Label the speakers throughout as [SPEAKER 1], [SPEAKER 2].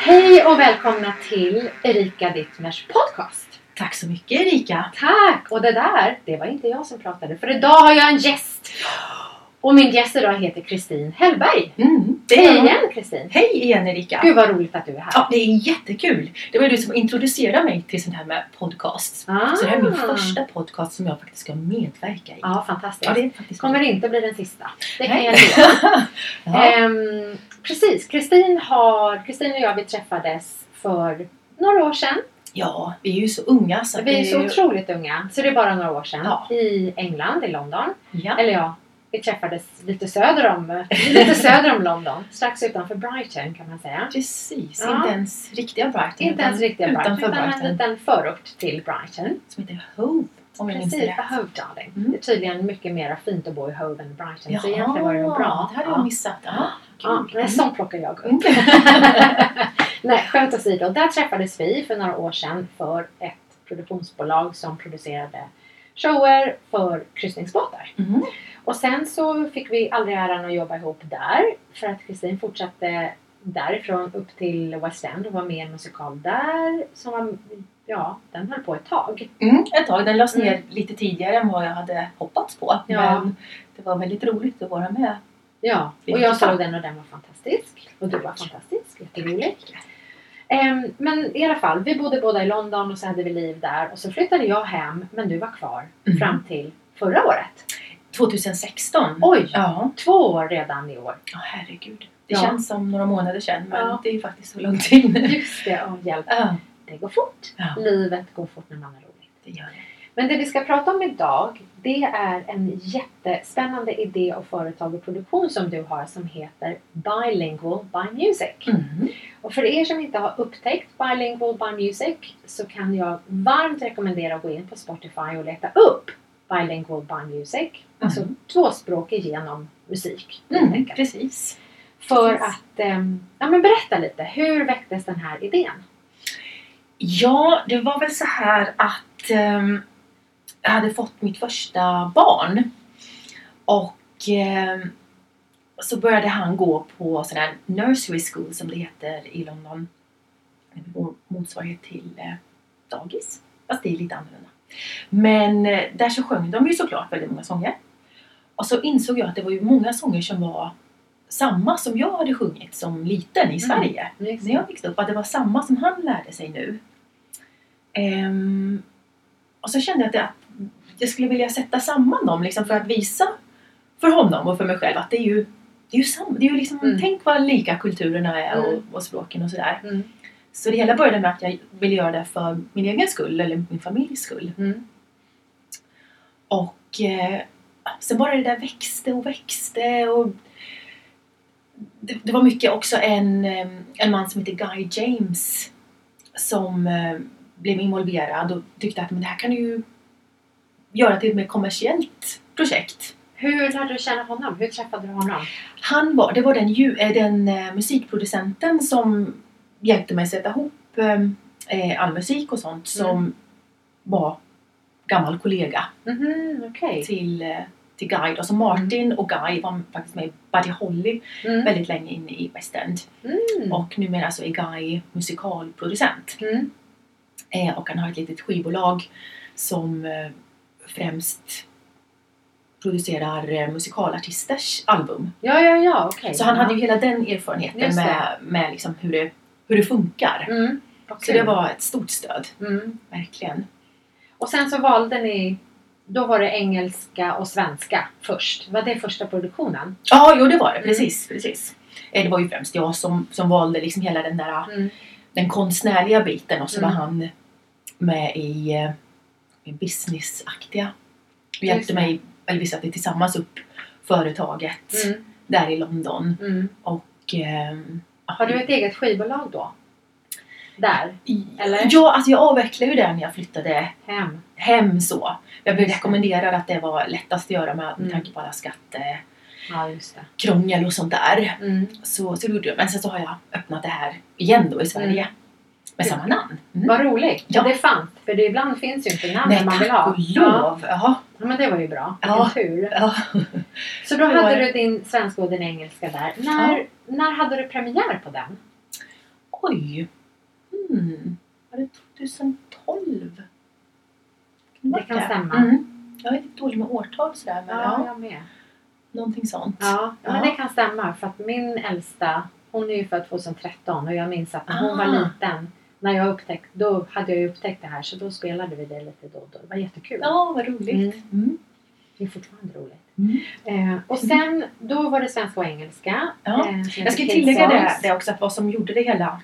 [SPEAKER 1] Hej och välkomna till Erika Dittmers podcast.
[SPEAKER 2] Tack så mycket Erika!
[SPEAKER 1] Tack! Och det där, det var inte jag som pratade för idag har jag en gäst. Och min gäst idag heter Kristin Hellberg.
[SPEAKER 2] Mm, det
[SPEAKER 1] Hej
[SPEAKER 2] är jag.
[SPEAKER 1] igen Kristin!
[SPEAKER 2] Hej igen Erika!
[SPEAKER 1] Gud vad roligt att du är här.
[SPEAKER 2] Ja, det är jättekul! Det var ju du som introducerade mig till sånt här med podcast. Så det här är min
[SPEAKER 1] Ah.
[SPEAKER 2] första podcast som jag faktiskt ska medverka i.
[SPEAKER 1] Ja, fantastiskt.
[SPEAKER 2] Ja, det är faktiskt
[SPEAKER 1] kommer inte bli den sista. Det kan
[SPEAKER 2] Nej.
[SPEAKER 1] jag lova.
[SPEAKER 2] Ja.
[SPEAKER 1] Ehm, precis, Kristin har, Kristin och jag vi träffades för några år sedan.
[SPEAKER 2] ja, vi är ju så unga så att
[SPEAKER 1] Vi är
[SPEAKER 2] det
[SPEAKER 1] så
[SPEAKER 2] ju-
[SPEAKER 1] otroligt unga, så det är bara några år sedan.
[SPEAKER 2] Ja.
[SPEAKER 1] I England, i London.
[SPEAKER 2] ja.
[SPEAKER 1] Eller ja, vi träffades lite söder om, lite söder om London. Strax utanför Brighton kan man säga.
[SPEAKER 2] Precis,
[SPEAKER 1] Ja.
[SPEAKER 2] inte ens riktiga Brighton.
[SPEAKER 1] Inte ens riktiga Brighton,
[SPEAKER 2] utanför
[SPEAKER 1] utan en
[SPEAKER 2] Brighton.
[SPEAKER 1] liten förort till Brighton.
[SPEAKER 2] Som heter Hove, om jag minns
[SPEAKER 1] Precis,
[SPEAKER 2] rätt.
[SPEAKER 1] på Hove Darling.
[SPEAKER 2] Mm.
[SPEAKER 1] Det är tydligen mycket mer fint att bo i Hove än Brighton. Så egentligen var det nog bra.
[SPEAKER 2] det hade jag
[SPEAKER 1] ja.
[SPEAKER 2] missat. Ja,
[SPEAKER 1] Ja,
[SPEAKER 2] kul.
[SPEAKER 1] men sånt plockar jag upp.
[SPEAKER 2] Mm.
[SPEAKER 1] Nej, skämt åsido. Där träffades vi för några år sedan för ett produktionsbolag som producerade shower för kryssningsbåtar.
[SPEAKER 2] Mm.
[SPEAKER 1] Och sen så fick vi aldrig äran att jobba ihop där för att Kristin fortsatte därifrån upp till West End och var med i en musikal där som var, ja, den höll på ett tag.
[SPEAKER 2] Mm, ett tag. Den lades ner
[SPEAKER 1] Mm.
[SPEAKER 2] lite tidigare än vad jag hade hoppats på.
[SPEAKER 1] Ja.
[SPEAKER 2] Men det var väldigt roligt att vara med.
[SPEAKER 1] Ja, och jag såg den och den var fantastisk. Och du var fantastisk, jätterolig. Ehm, men i alla fall, vi bodde båda i London och så hade vi liv där och så flyttade jag hem men du var kvar
[SPEAKER 2] Mhm.
[SPEAKER 1] fram till förra året.
[SPEAKER 2] 2016.
[SPEAKER 1] Oj!
[SPEAKER 2] Mm. Ja,
[SPEAKER 1] Två år redan i år.
[SPEAKER 2] Ja, herregud. Det
[SPEAKER 1] Ja.
[SPEAKER 2] känns som några månader sedan men
[SPEAKER 1] Ja.
[SPEAKER 2] det är ju faktiskt så lång tid nu.
[SPEAKER 1] Just det, ja, hjälp.
[SPEAKER 2] Ja,
[SPEAKER 1] Det går fort.
[SPEAKER 2] Ja.
[SPEAKER 1] Livet går fort när man har roligt.
[SPEAKER 2] det gör det.
[SPEAKER 1] Men det vi ska prata om idag, det är en jättespännande idé och företag och produktion som du har som heter Bilingual by Music.
[SPEAKER 2] Mm.
[SPEAKER 1] Och för er som inte har upptäckt Bilingual by Music så kan jag varmt rekommendera att gå in på Spotify och leta upp Bilingual by Music. Alltså tvåspråkig genom musik. helt
[SPEAKER 2] Mm,
[SPEAKER 1] enkelt.
[SPEAKER 2] precis.
[SPEAKER 1] För
[SPEAKER 2] precis.
[SPEAKER 1] att ehm, ja, men berätta lite, hur väcktes den här idén?
[SPEAKER 2] Ja, det var väl så här att ehm, jag hade fått mitt första barn. Och ehm, så började han gå på sån här nursery school som det heter i London. En mo- Motsvarighet till eh, dagis. Fast det är lite annorlunda. Men eh, där så sjöng de ju såklart väldigt många sånger. Och så insåg jag att det var ju många sånger som var samma som jag hade sjungit som liten i Sverige när jag växte upp att det var samma som han lärde sig nu. Ehm, och så kände jag att jag, jag skulle vilja sätta samman dem liksom för att visa för honom och för mig själv att det är ju, det är ju, sam, det är ju liksom,
[SPEAKER 1] Mm.
[SPEAKER 2] tänk vad lika kulturerna är och,
[SPEAKER 1] Mm.
[SPEAKER 2] och språken och sådär.
[SPEAKER 1] Mm.
[SPEAKER 2] Så det hela började med att jag ville göra det för min egen skull eller min familjs skull.
[SPEAKER 1] Mm.
[SPEAKER 2] Och eh, sen bara det där växte och växte och det, det var mycket också en, eh, en man som heter Guy James som eh, blev involverad och tyckte att men det här kan du ju göra till ett mer kommersiellt projekt.
[SPEAKER 1] Hur lärde du känna honom? Hur träffade du honom?
[SPEAKER 2] Han var, det var den, ju- eh, den eh, musikproducenten som hjälpte mig sätta ihop eh, eh, all musik och sånt som var gammal kollega
[SPEAKER 1] Mhm, okej.
[SPEAKER 2] till, eh, till Guy. Då. Så Martin och Guy var faktiskt med i Buddy Holly
[SPEAKER 1] Mm.
[SPEAKER 2] väldigt länge inne i West End.
[SPEAKER 1] Mm.
[SPEAKER 2] Och numera så är Guy musikalproducent.
[SPEAKER 1] Mm.
[SPEAKER 2] Eh, och han har ett litet skivbolag som eh, främst producerar eh, musikalartisters album.
[SPEAKER 1] Ja, ja, ja, okej.
[SPEAKER 2] Så han hade
[SPEAKER 1] Ja.
[SPEAKER 2] ju hela den erfarenheten
[SPEAKER 1] Just det.
[SPEAKER 2] med, med liksom hur, det, hur det funkar.
[SPEAKER 1] Mm. Vad
[SPEAKER 2] Så
[SPEAKER 1] kul.
[SPEAKER 2] det var ett stort stöd,
[SPEAKER 1] Mm.
[SPEAKER 2] verkligen.
[SPEAKER 1] Och sen så valde ni... Då var det engelska och svenska först. Var det första produktionen?
[SPEAKER 2] Ja, jo det var det.
[SPEAKER 1] Mm.
[SPEAKER 2] Precis, precis. Eh, Det var ju främst jag som, som valde liksom hela den där
[SPEAKER 1] Mm.
[SPEAKER 2] den konstnärliga biten och så
[SPEAKER 1] Mm.
[SPEAKER 2] var han med i, eh, i businessaktiga. Vi
[SPEAKER 1] Just
[SPEAKER 2] hjälpte
[SPEAKER 1] det.
[SPEAKER 2] mig, eller vi satte tillsammans upp företaget
[SPEAKER 1] Mm.
[SPEAKER 2] där i London.
[SPEAKER 1] Mm.
[SPEAKER 2] Och, ehm,
[SPEAKER 1] Har du ett eget skivbolag då? Där?
[SPEAKER 2] i-
[SPEAKER 1] eller?
[SPEAKER 2] Ja, alltså jag avvecklade ju det när jag flyttade
[SPEAKER 1] Hem?
[SPEAKER 2] hem så. Jag blev
[SPEAKER 1] Just det.
[SPEAKER 2] rekommenderad att det var lättast att göra med, med
[SPEAKER 1] Mm.
[SPEAKER 2] tanke på alla skattekrångel
[SPEAKER 1] Ja, just det.
[SPEAKER 2] och sånt där.
[SPEAKER 1] Mm.
[SPEAKER 2] Så, så det gjorde jag. Men sen så har jag öppnat det här igen då i Sverige. Med samma namn. Mm.
[SPEAKER 1] Vad roligt!
[SPEAKER 2] Ja.
[SPEAKER 1] Det är fan. För det ibland finns ju inte namn
[SPEAKER 2] Nej,
[SPEAKER 1] man vill
[SPEAKER 2] tack
[SPEAKER 1] ha.
[SPEAKER 2] och lov! Ja.
[SPEAKER 1] Ja, men det var ju bra. Vilken
[SPEAKER 2] Ja.
[SPEAKER 1] tur.
[SPEAKER 2] Ja.
[SPEAKER 1] Så då
[SPEAKER 2] Det var
[SPEAKER 1] hade
[SPEAKER 2] det.
[SPEAKER 1] du din svenska och din engelska där. När, när hade du premiär på den?
[SPEAKER 2] Oj! Mm. Var det 2012?
[SPEAKER 1] Det kan stämma.
[SPEAKER 2] Mm. Jag är lite dålig med årtal sådär, men ja.
[SPEAKER 1] jag med.
[SPEAKER 2] någonting sånt.
[SPEAKER 1] Ja, ja.
[SPEAKER 2] Ja.
[SPEAKER 1] Men det kan stämma för att min äldsta, hon är ju född 2013 och jag minns att när hon var
[SPEAKER 2] Ah.
[SPEAKER 1] liten, när jag upptäckte, då hade jag ju upptäckt det här så då spelade vi det lite då och då. Det var jättekul.
[SPEAKER 2] Ja, vad roligt. Mm.
[SPEAKER 1] Det är fortfarande roligt.
[SPEAKER 2] Mm.
[SPEAKER 1] Eh, och sen, då var det svenska och engelska.
[SPEAKER 2] Ja.
[SPEAKER 1] eh, som
[SPEAKER 2] Jag ska
[SPEAKER 1] heter
[SPEAKER 2] tillägga
[SPEAKER 1] Kids
[SPEAKER 2] det,
[SPEAKER 1] Songs.
[SPEAKER 2] det också, att vad som gjorde det hela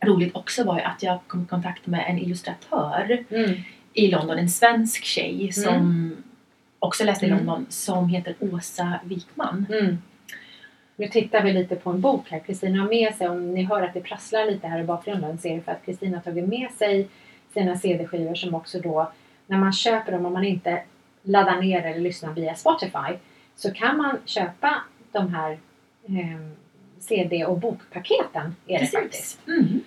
[SPEAKER 2] roligt också var ju att jag kom i kontakt med en illustratör
[SPEAKER 1] Mm.
[SPEAKER 2] i London, en svensk tjej som också läste i
[SPEAKER 1] Mm.
[SPEAKER 2] London, som heter Åsa Wikman.
[SPEAKER 1] Mm. Nu tittar vi lite på en bok här. Kristina har med sig, om ni hör att det prasslar lite här i bakgrunden, så är det för att Kristina har tagit med sig sina CD-skivor som också då, när man köper dem, om man inte laddar ner eller lyssnar via Spotify, så kan man köpa de här ehm, CD och bokpaketen. Är det faktiskt.
[SPEAKER 2] Mm.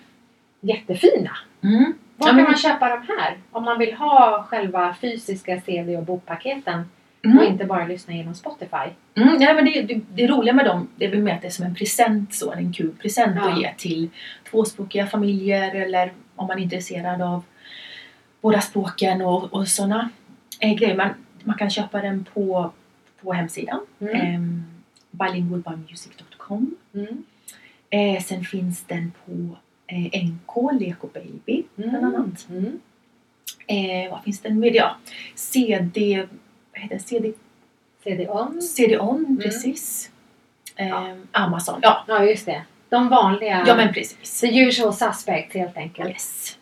[SPEAKER 1] Jättefina!
[SPEAKER 2] Mm.
[SPEAKER 1] Var
[SPEAKER 2] Ja,
[SPEAKER 1] kan
[SPEAKER 2] men-
[SPEAKER 1] man köpa de här? Om man vill ha själva fysiska CD och bokpaketen och
[SPEAKER 2] Mm.
[SPEAKER 1] inte bara lyssna genom Spotify.
[SPEAKER 2] Mm, nej, men det, det, det roliga med dem det är väl mer att det är som en present, så, en kul present
[SPEAKER 1] Ja.
[SPEAKER 2] att ge till tvåspråkiga familjer eller om man är intresserad av båda språken och, och sådana eh, grejer. Man, man kan köpa den på, på hemsidan,
[SPEAKER 1] Mm.
[SPEAKER 2] mm. bilingualbymusic.com.
[SPEAKER 1] Mm.
[SPEAKER 2] Eh, sen finns den på eh, NK, Leko Baby bland
[SPEAKER 1] Mm.
[SPEAKER 2] annat.
[SPEAKER 1] Mm.
[SPEAKER 2] Eh, vad finns den med? Ja, CD... Vad heter den? CD,
[SPEAKER 1] CD-ON.
[SPEAKER 2] CD-ON, precis.
[SPEAKER 1] Mm. Ja.
[SPEAKER 2] Eh, Amazon, ja.
[SPEAKER 1] Ja, just det. De vanliga.
[SPEAKER 2] Ja men precis.
[SPEAKER 1] The usual suspects helt enkelt.
[SPEAKER 2] Yes.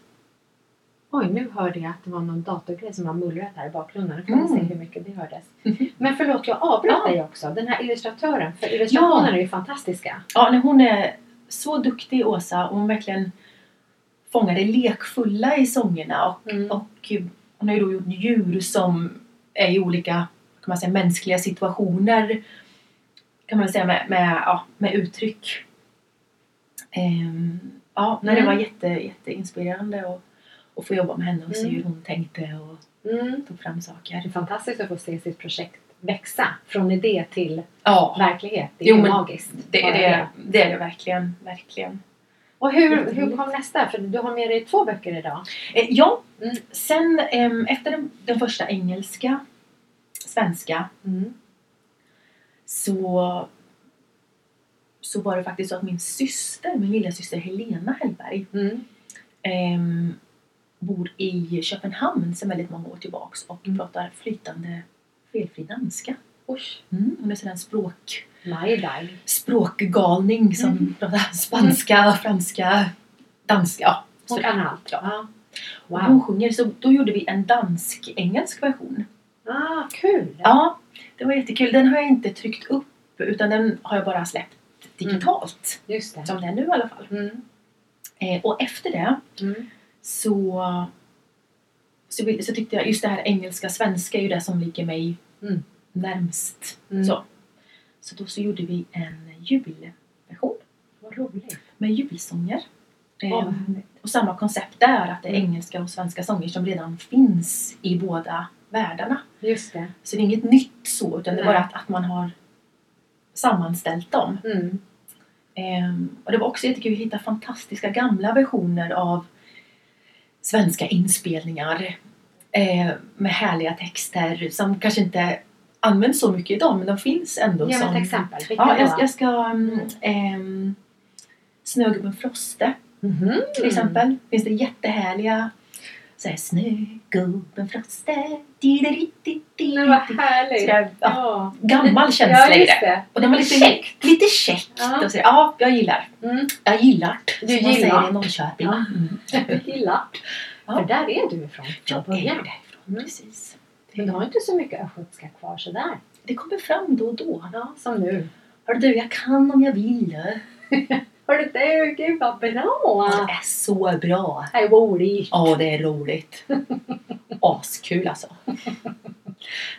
[SPEAKER 1] Oj, nu hörde jag att det var någon datorgrej som har mullrat här i bakgrunden. Nu får vi
[SPEAKER 2] Mm.
[SPEAKER 1] se hur mycket det hördes.
[SPEAKER 2] Mhm.
[SPEAKER 1] Men förlåt, jag avbröt
[SPEAKER 2] Ja.
[SPEAKER 1] dig också. Den här illustratören. För illustrationerna
[SPEAKER 2] Ja.
[SPEAKER 1] är ju fantastiska.
[SPEAKER 2] Ja, nej, hon är så duktig Åsa och hon verkligen fångar det lekfulla i sångerna och,
[SPEAKER 1] Mm.
[SPEAKER 2] och hon har ju då gjort djur som är i olika kan man säga, mänskliga situationer kan man säga med, med, ja, med uttryck. Ehm, ja, nej,
[SPEAKER 1] Mm.
[SPEAKER 2] Det var jätte, jätteinspirerande att, att få jobba med henne och se
[SPEAKER 1] Mm.
[SPEAKER 2] hur hon tänkte och
[SPEAKER 1] Mm.
[SPEAKER 2] tog fram
[SPEAKER 1] Det är
[SPEAKER 2] saker.
[SPEAKER 1] fantastiskt att få se sitt projekt växa från idé till
[SPEAKER 2] Ja,
[SPEAKER 1] verklighet. Det är
[SPEAKER 2] Jo,
[SPEAKER 1] ju
[SPEAKER 2] men
[SPEAKER 1] magiskt.
[SPEAKER 2] det,
[SPEAKER 1] bara
[SPEAKER 2] det, det är det verkligen. verkligen.
[SPEAKER 1] Och hur, hur
[SPEAKER 2] Jätteroligt.
[SPEAKER 1] kom nästa? För du har med dig två böcker idag.
[SPEAKER 2] Eh, ja,
[SPEAKER 1] Mm.
[SPEAKER 2] sen ehm, efter den, den första engelska, svenska,
[SPEAKER 1] Mm.
[SPEAKER 2] så, så var det faktiskt så att min syster, min lilla syster Helena Hellberg,
[SPEAKER 1] Mm.
[SPEAKER 2] ehm, bor i Köpenhamn sedan väldigt många år tillbaks och
[SPEAKER 1] Mm.
[SPEAKER 2] pratar flytande felfri danska.
[SPEAKER 1] Usch,
[SPEAKER 2] Mm. Hon är sådan en språk,
[SPEAKER 1] my dag.
[SPEAKER 2] språkgalning som
[SPEAKER 1] Mm.
[SPEAKER 2] pratar spanska, franska, danska. Ja,
[SPEAKER 1] Hon
[SPEAKER 2] sådär.
[SPEAKER 1] kan allt.
[SPEAKER 2] Ja.
[SPEAKER 1] Ja.
[SPEAKER 2] Och Hon
[SPEAKER 1] Wow.
[SPEAKER 2] sjunger, så då gjorde vi en dansk-engelsk version.
[SPEAKER 1] Ah, kul!
[SPEAKER 2] Ja, det var jättekul. Den har jag inte tryckt upp utan den har jag bara släppt digitalt.
[SPEAKER 1] Just det.
[SPEAKER 2] Som den är nu i alla fall.
[SPEAKER 1] Mm.
[SPEAKER 2] Eh, och efter det
[SPEAKER 1] Mm.
[SPEAKER 2] så, så, vill- så tyckte jag just det här engelska-svenska är ju det som ligger mig
[SPEAKER 1] Mm.
[SPEAKER 2] närmst.
[SPEAKER 1] Mm.
[SPEAKER 2] Så. så då så gjorde vi en julversion
[SPEAKER 1] Vad roligt.
[SPEAKER 2] med julsånger. Eh,
[SPEAKER 1] Åh, vad härligt.
[SPEAKER 2] och samma koncept där, att det är
[SPEAKER 1] Mm.
[SPEAKER 2] engelska och svenska sånger som redan finns i båda världarna.
[SPEAKER 1] Just det.
[SPEAKER 2] Så det är inget nytt så, utan det är
[SPEAKER 1] Nej.
[SPEAKER 2] bara att, att man har sammanställt dem.
[SPEAKER 1] Mm.
[SPEAKER 2] Ehm, och det var också jättekul att hitta fantastiska gamla versioner av svenska inspelningar eh, med härliga texter som kanske inte används så mycket idag, men de finns ändå
[SPEAKER 1] Ge
[SPEAKER 2] som...
[SPEAKER 1] mig ett exempel. Vilka
[SPEAKER 2] Ja, jag,
[SPEAKER 1] då?
[SPEAKER 2] jag ska... Um, um, Snögubben Froste
[SPEAKER 1] Mhm.
[SPEAKER 2] till exempel. Finns det jättehärliga så här, Snögubben Froste... di-di-di-di-di-di.
[SPEAKER 1] Men vad härligt.
[SPEAKER 2] Sådär, ja,
[SPEAKER 1] Ja.
[SPEAKER 2] gammal
[SPEAKER 1] Ja,
[SPEAKER 2] känsla i
[SPEAKER 1] just
[SPEAKER 2] det.
[SPEAKER 1] det.
[SPEAKER 2] Och den var lite
[SPEAKER 1] Käckt.
[SPEAKER 2] Lite käckt.
[SPEAKER 1] Ja.
[SPEAKER 2] Och så, ja, jag gillar.
[SPEAKER 1] Mm.
[SPEAKER 2] Jag gillar.
[SPEAKER 1] Du
[SPEAKER 2] som man
[SPEAKER 1] gillar.
[SPEAKER 2] säger i Norrköping.
[SPEAKER 1] Ja.
[SPEAKER 2] Mm.
[SPEAKER 1] Gilla.
[SPEAKER 2] Ja.
[SPEAKER 1] För där är du ifrån. från
[SPEAKER 2] Jag är ju
[SPEAKER 1] början.
[SPEAKER 2] därifrån.
[SPEAKER 1] Mm.
[SPEAKER 2] Precis.
[SPEAKER 1] Men du har inte så mycket östgötska kvar sådär.
[SPEAKER 2] Det kommer fram då och då.
[SPEAKER 1] Ja, som nu.
[SPEAKER 2] Hör du, jag kan om jag vill. Alltså,
[SPEAKER 1] Har du det? Gud vad bra!
[SPEAKER 2] Det är så bra.
[SPEAKER 1] Det är roligt.
[SPEAKER 2] Ja, det är roligt. Askul alltså.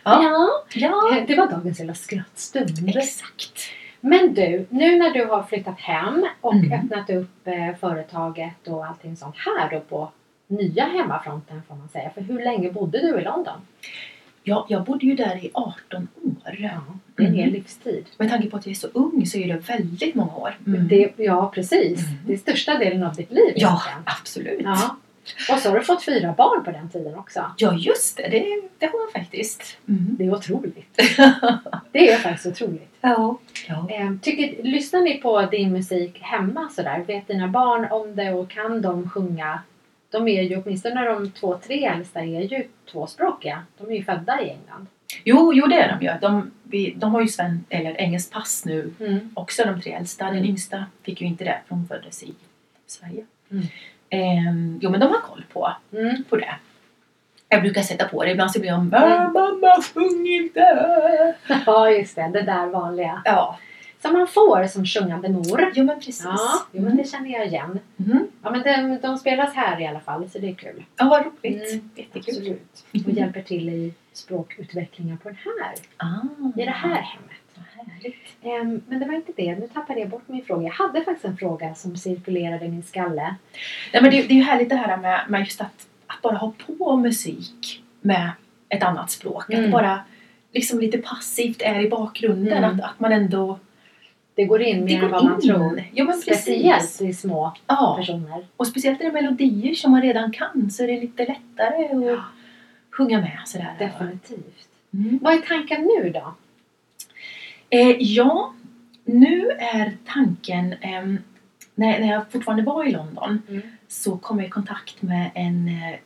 [SPEAKER 1] Ja.
[SPEAKER 2] Ja,
[SPEAKER 1] Det var dagens lilla skrattstund.
[SPEAKER 2] Mm. exakt.
[SPEAKER 1] Men du, nu när du har flyttat hem och
[SPEAKER 2] Mm.
[SPEAKER 1] öppnat upp eh, företaget och allting sånt här då på nya hemmafronten får man säga. För hur länge bodde du i London?
[SPEAKER 2] Ja, jag bodde ju där i 18 år.
[SPEAKER 1] Ja, det är en hel
[SPEAKER 2] Mm.
[SPEAKER 1] livstid.
[SPEAKER 2] Med tanke på att jag är så ung så är det väldigt många år.
[SPEAKER 1] Det, ja, precis.
[SPEAKER 2] Mm.
[SPEAKER 1] Det är största delen av ditt liv.
[SPEAKER 2] Ja,
[SPEAKER 1] egentligen.
[SPEAKER 2] absolut.
[SPEAKER 1] ja. Och så har du fått fyra barn på den tiden också.
[SPEAKER 2] Ja, just det. Det, det har jag faktiskt. Mm.
[SPEAKER 1] Det är otroligt. det är faktiskt otroligt.
[SPEAKER 2] Ja. ja.
[SPEAKER 1] Eh, Tycker, lyssnar ni på din musik hemma sådär? Vet dina barn om det och kan de sjunga? De är ju, åtminstone de två, tre äldsta är ju tvåspråkiga. De är ju födda i England.
[SPEAKER 2] Jo, jo, det är de ju. De, vi, de har ju sven, eller engelskt pass nu
[SPEAKER 1] Mm.
[SPEAKER 2] också, de tre äldsta. Den
[SPEAKER 1] Mm.
[SPEAKER 2] yngsta fick ju inte det, för hon föddes i Sverige.
[SPEAKER 1] Mm.
[SPEAKER 2] Ehm, jo, men de har koll på,
[SPEAKER 1] Mm.
[SPEAKER 2] på det. Jag brukar sätta på det. Ibland så blir de
[SPEAKER 1] Mm.
[SPEAKER 2] "Äh, Mamma, sjung inte!
[SPEAKER 1] Ja, just det. Det där vanliga.
[SPEAKER 2] Ja,
[SPEAKER 1] Som man får som sjungande mor.
[SPEAKER 2] jo men precis. Mm.
[SPEAKER 1] Ja, jo, men det känner jag igen.
[SPEAKER 2] Mhm.
[SPEAKER 1] Ja, men de, de spelas här i alla fall, så det är kul.
[SPEAKER 2] ja vad roligt.
[SPEAKER 1] Mm.
[SPEAKER 2] Jättekul.
[SPEAKER 1] Absolut. Och hjälper till i språkutvecklingen på den här,
[SPEAKER 2] Ah.
[SPEAKER 1] i det här hemmet.
[SPEAKER 2] Vad härligt.
[SPEAKER 1] Ehm, Men det var inte det. Nu tappade jag bort min fråga. Jag hade faktiskt en fråga som cirkulerade i min skalle.
[SPEAKER 2] Nej, men det, det är ju härligt det här med, med just att, att bara ha på musik med ett annat språk.
[SPEAKER 1] Mm.
[SPEAKER 2] Att bara liksom lite passivt är i bakgrunden.
[SPEAKER 1] Mm.
[SPEAKER 2] Att, att man ändå...
[SPEAKER 1] Det går in mer än vad man tror.
[SPEAKER 2] Ja, men
[SPEAKER 1] Speciellt
[SPEAKER 2] precis.
[SPEAKER 1] i små
[SPEAKER 2] Ja.
[SPEAKER 1] personer.
[SPEAKER 2] Och speciellt när det är melodier som man redan kan så är det lite lättare att sjunga med. Sådär.
[SPEAKER 1] Definitivt.
[SPEAKER 2] Mm.
[SPEAKER 1] Vad är tanken nu då?
[SPEAKER 2] Eh, ja, nu är tanken... ehm, när, när jag fortfarande var i London så kom jag i kontakt med en eh,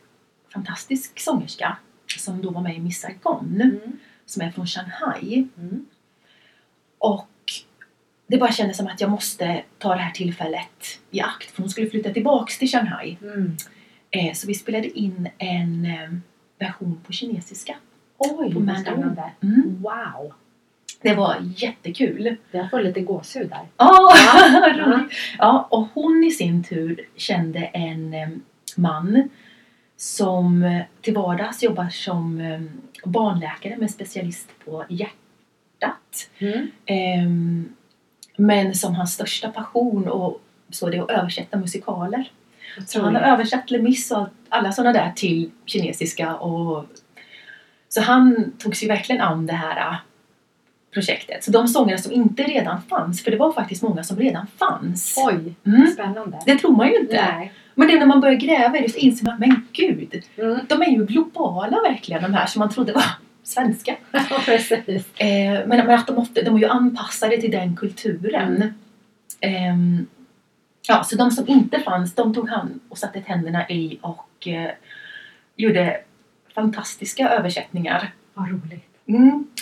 [SPEAKER 2] fantastisk sångerska som då var med i Miss Saigon,
[SPEAKER 1] Mm.
[SPEAKER 2] som är från Shanghai.
[SPEAKER 1] Mm.
[SPEAKER 2] Och det bara kändes som att jag måste ta det här tillfället i akt, för hon skulle flytta tillbaks till Shanghai.
[SPEAKER 1] Mm.
[SPEAKER 2] Eh, så vi spelade in en eh, version på kinesiska.
[SPEAKER 1] Oj,
[SPEAKER 2] På
[SPEAKER 1] vad
[SPEAKER 2] Mandarin.
[SPEAKER 1] spännande.
[SPEAKER 2] Mm.
[SPEAKER 1] Wow!
[SPEAKER 2] Det var jättekul!
[SPEAKER 1] Jag får lite gåshud där.
[SPEAKER 2] Ja,
[SPEAKER 1] Ja.
[SPEAKER 2] roligt. ja, och hon i sin tur kände en eh, man som eh, till vardags jobbar som eh, barnläkare med specialist på hjärtat.
[SPEAKER 1] Mm.
[SPEAKER 2] Ehm, Men som hans största passion och så det är att översätta musikaler. Så han har
[SPEAKER 1] Otroligt.
[SPEAKER 2] översatt Les Mis och alla sådana där till kinesiska. Och... Så han tog sig verkligen an det här eh, projektet. Så de sångerna som inte redan fanns, för det var faktiskt många som redan fanns.
[SPEAKER 1] Oj,
[SPEAKER 2] Mm.
[SPEAKER 1] spännande.
[SPEAKER 2] Det tror man ju inte.
[SPEAKER 1] Nej.
[SPEAKER 2] Men det är när man börjar gräva i det så inser man, men gud,
[SPEAKER 1] Mm.
[SPEAKER 2] de är ju globala verkligen de här som man trodde var svenska.
[SPEAKER 1] Precis.
[SPEAKER 2] Eh, men, men att de, ofta, de är ju anpassade till den kulturen.
[SPEAKER 1] Mm.
[SPEAKER 2] Ehm, ja, så de som inte fanns, de tog han och satte tänderna i och eh, gjorde fantastiska översättningar.
[SPEAKER 1] Vad roligt.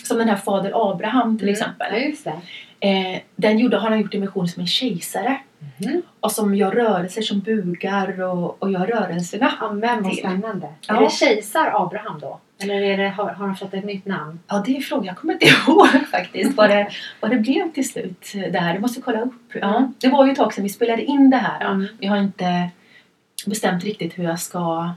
[SPEAKER 2] Som den här Fader Abraham till
[SPEAKER 1] Mm. Ja,
[SPEAKER 2] exempel.
[SPEAKER 1] just det.
[SPEAKER 2] Eh, den gjorde, har han gjort en version som en kejsare.
[SPEAKER 1] Mm.
[SPEAKER 2] Och som gör rörelser som bugar och, och gör rörelserna.
[SPEAKER 1] Ja, men vad
[SPEAKER 2] Till.
[SPEAKER 1] spännande. Är
[SPEAKER 2] Ja.
[SPEAKER 1] det kejsar Abraham då? Eller är det, har, har han fått ett nytt namn?
[SPEAKER 2] Ja, det är frågan. Jag kommer inte ihåg faktiskt vad
[SPEAKER 1] Mm.
[SPEAKER 2] det, vad det blev till slut. Det här. Du måste kolla upp. Ja, det var ju ett tag sedan vi spelade in det här.
[SPEAKER 1] Mm.
[SPEAKER 2] Jag har inte bestämt riktigt hur jag ska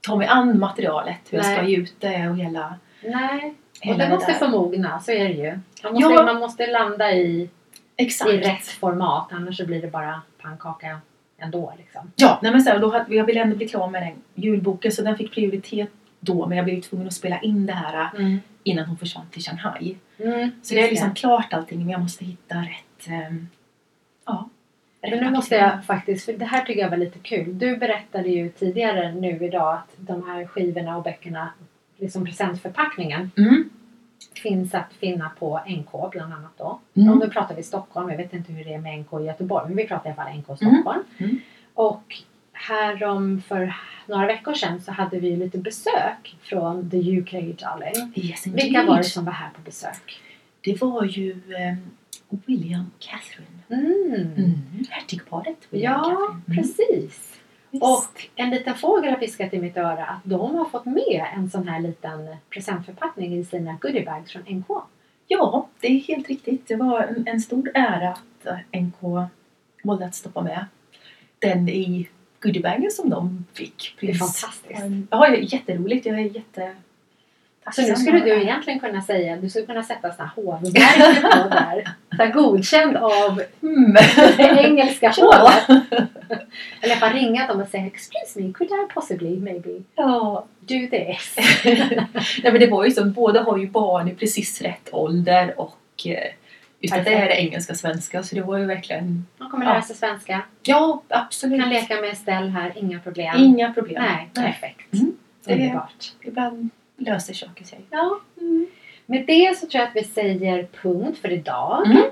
[SPEAKER 2] ta mig an materialet. Hur
[SPEAKER 1] Nej.
[SPEAKER 2] jag ska ge ut det och hela,
[SPEAKER 1] Nej,
[SPEAKER 2] hela
[SPEAKER 1] och det måste
[SPEAKER 2] där.
[SPEAKER 1] förmogna, så är det ju. Man måste,
[SPEAKER 2] Ja.
[SPEAKER 1] man måste landa i,
[SPEAKER 2] Exakt.
[SPEAKER 1] i rätt format, annars så blir det bara pannkaka ändå. Liksom.
[SPEAKER 2] Ja, nej men så här, och då hade, jag ville ändå bli klar med den julboken så den fick prioritet då. Men jag blev ju tvungen att spela in det här
[SPEAKER 1] Mm.
[SPEAKER 2] innan hon försvann till Shanghai.
[SPEAKER 1] Mm,
[SPEAKER 2] Så det är liksom klart allting men jag måste hitta rätt... ehm, ja.
[SPEAKER 1] Men nu
[SPEAKER 2] rätt
[SPEAKER 1] måste
[SPEAKER 2] aktivitet.
[SPEAKER 1] jag faktiskt, för det här tycker jag var lite kul. Du berättade ju tidigare nu idag att de här skivorna och böckerna, liksom presentförpackningen,
[SPEAKER 2] Mm.
[SPEAKER 1] finns att finna på NK bland annat då.
[SPEAKER 2] Mm.
[SPEAKER 1] Och nu pratar vi Stockholm, jag vet inte hur det är med NK i Göteborg, men vi pratar i alla fall NK Stockholm.
[SPEAKER 2] Mm.
[SPEAKER 1] Och härom för några veckor sedan så hade vi lite besök från The UK Darling.
[SPEAKER 2] Yes,
[SPEAKER 1] Vilka
[SPEAKER 2] indeed.
[SPEAKER 1] var det som var här på besök?
[SPEAKER 2] Det var ju ehm, William och Catherine.
[SPEAKER 1] Mm.
[SPEAKER 2] Mm. Hertigparet William och
[SPEAKER 1] Ja,
[SPEAKER 2] Catherine. Mm.
[SPEAKER 1] precis.
[SPEAKER 2] Visst.
[SPEAKER 1] Och en liten fågel har viskat i mitt öra att de har fått med en sån här liten presentförpackning i sina goodiebags från NK.
[SPEAKER 2] Ja, det är helt riktigt. Det var en, en stor ära att eh, NK valde att stoppa med den i goodiebagen som de fick.
[SPEAKER 1] Det är
[SPEAKER 2] Prins.
[SPEAKER 1] fantastiskt.
[SPEAKER 2] Ja, jätteroligt. Jag är jättetacksam
[SPEAKER 1] Så Alltså, nu skulle du egentligen kunna säga, du skulle kunna sätta sådana hovmärken på där. Så här godkänd av
[SPEAKER 2] Mm.
[SPEAKER 1] det engelska
[SPEAKER 2] Sure.
[SPEAKER 1] hovet. Eller bara ringa dem och säga Excuse me, could I possibly maybe
[SPEAKER 2] Ja.
[SPEAKER 1] do this?
[SPEAKER 2] Nej men det var ju så, båda har ju barn i precis rätt ålder och eh, just att det här är engelska och svenska så det var ju verkligen...
[SPEAKER 1] De kommer
[SPEAKER 2] Ja.
[SPEAKER 1] lära sig svenska.
[SPEAKER 2] Ja, absolut.
[SPEAKER 1] Kan leka med Estelle här, inga problem.
[SPEAKER 2] Inga problem.
[SPEAKER 1] Nej, perfekt.
[SPEAKER 2] Mm. Det är-
[SPEAKER 1] Underbart.
[SPEAKER 2] Ibland löser saker sig.
[SPEAKER 1] Ja. Med det så tror jag att vi säger punkt för idag.
[SPEAKER 2] Mm.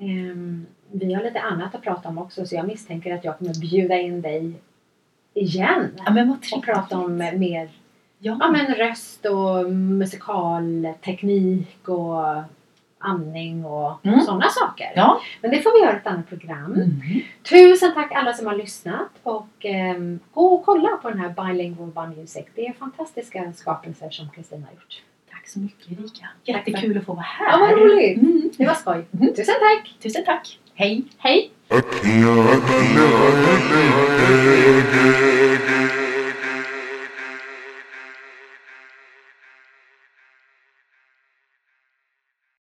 [SPEAKER 1] Ehm, vi har lite annat att prata om också så jag misstänker att jag kommer bjuda in dig igen.
[SPEAKER 2] Ja men vad
[SPEAKER 1] Och
[SPEAKER 2] trevligt.
[SPEAKER 1] prata om eh, mer
[SPEAKER 2] Ja.
[SPEAKER 1] ja, men röst och musikalteknik och andning och
[SPEAKER 2] Mm.
[SPEAKER 1] sådana saker.
[SPEAKER 2] Ja.
[SPEAKER 1] Men det får vi göra i ett annat program.
[SPEAKER 2] Mm.
[SPEAKER 1] Tusen tack alla som har lyssnat och ehm, gå och kolla på den här Bilingual One Music. Det är fantastiska skapelser som Kristina har gjort.
[SPEAKER 2] Tack så mycket Erika.
[SPEAKER 1] för-
[SPEAKER 2] Jättekul att få vara här.
[SPEAKER 1] Ja, vad roligt!
[SPEAKER 2] Mm.
[SPEAKER 1] Det var skoj.
[SPEAKER 2] Mm.
[SPEAKER 1] Tusen tack!
[SPEAKER 2] Tusen tack. Hej.
[SPEAKER 1] Hej!
[SPEAKER 3] Akira, Akira, Akira, Akira, Akira.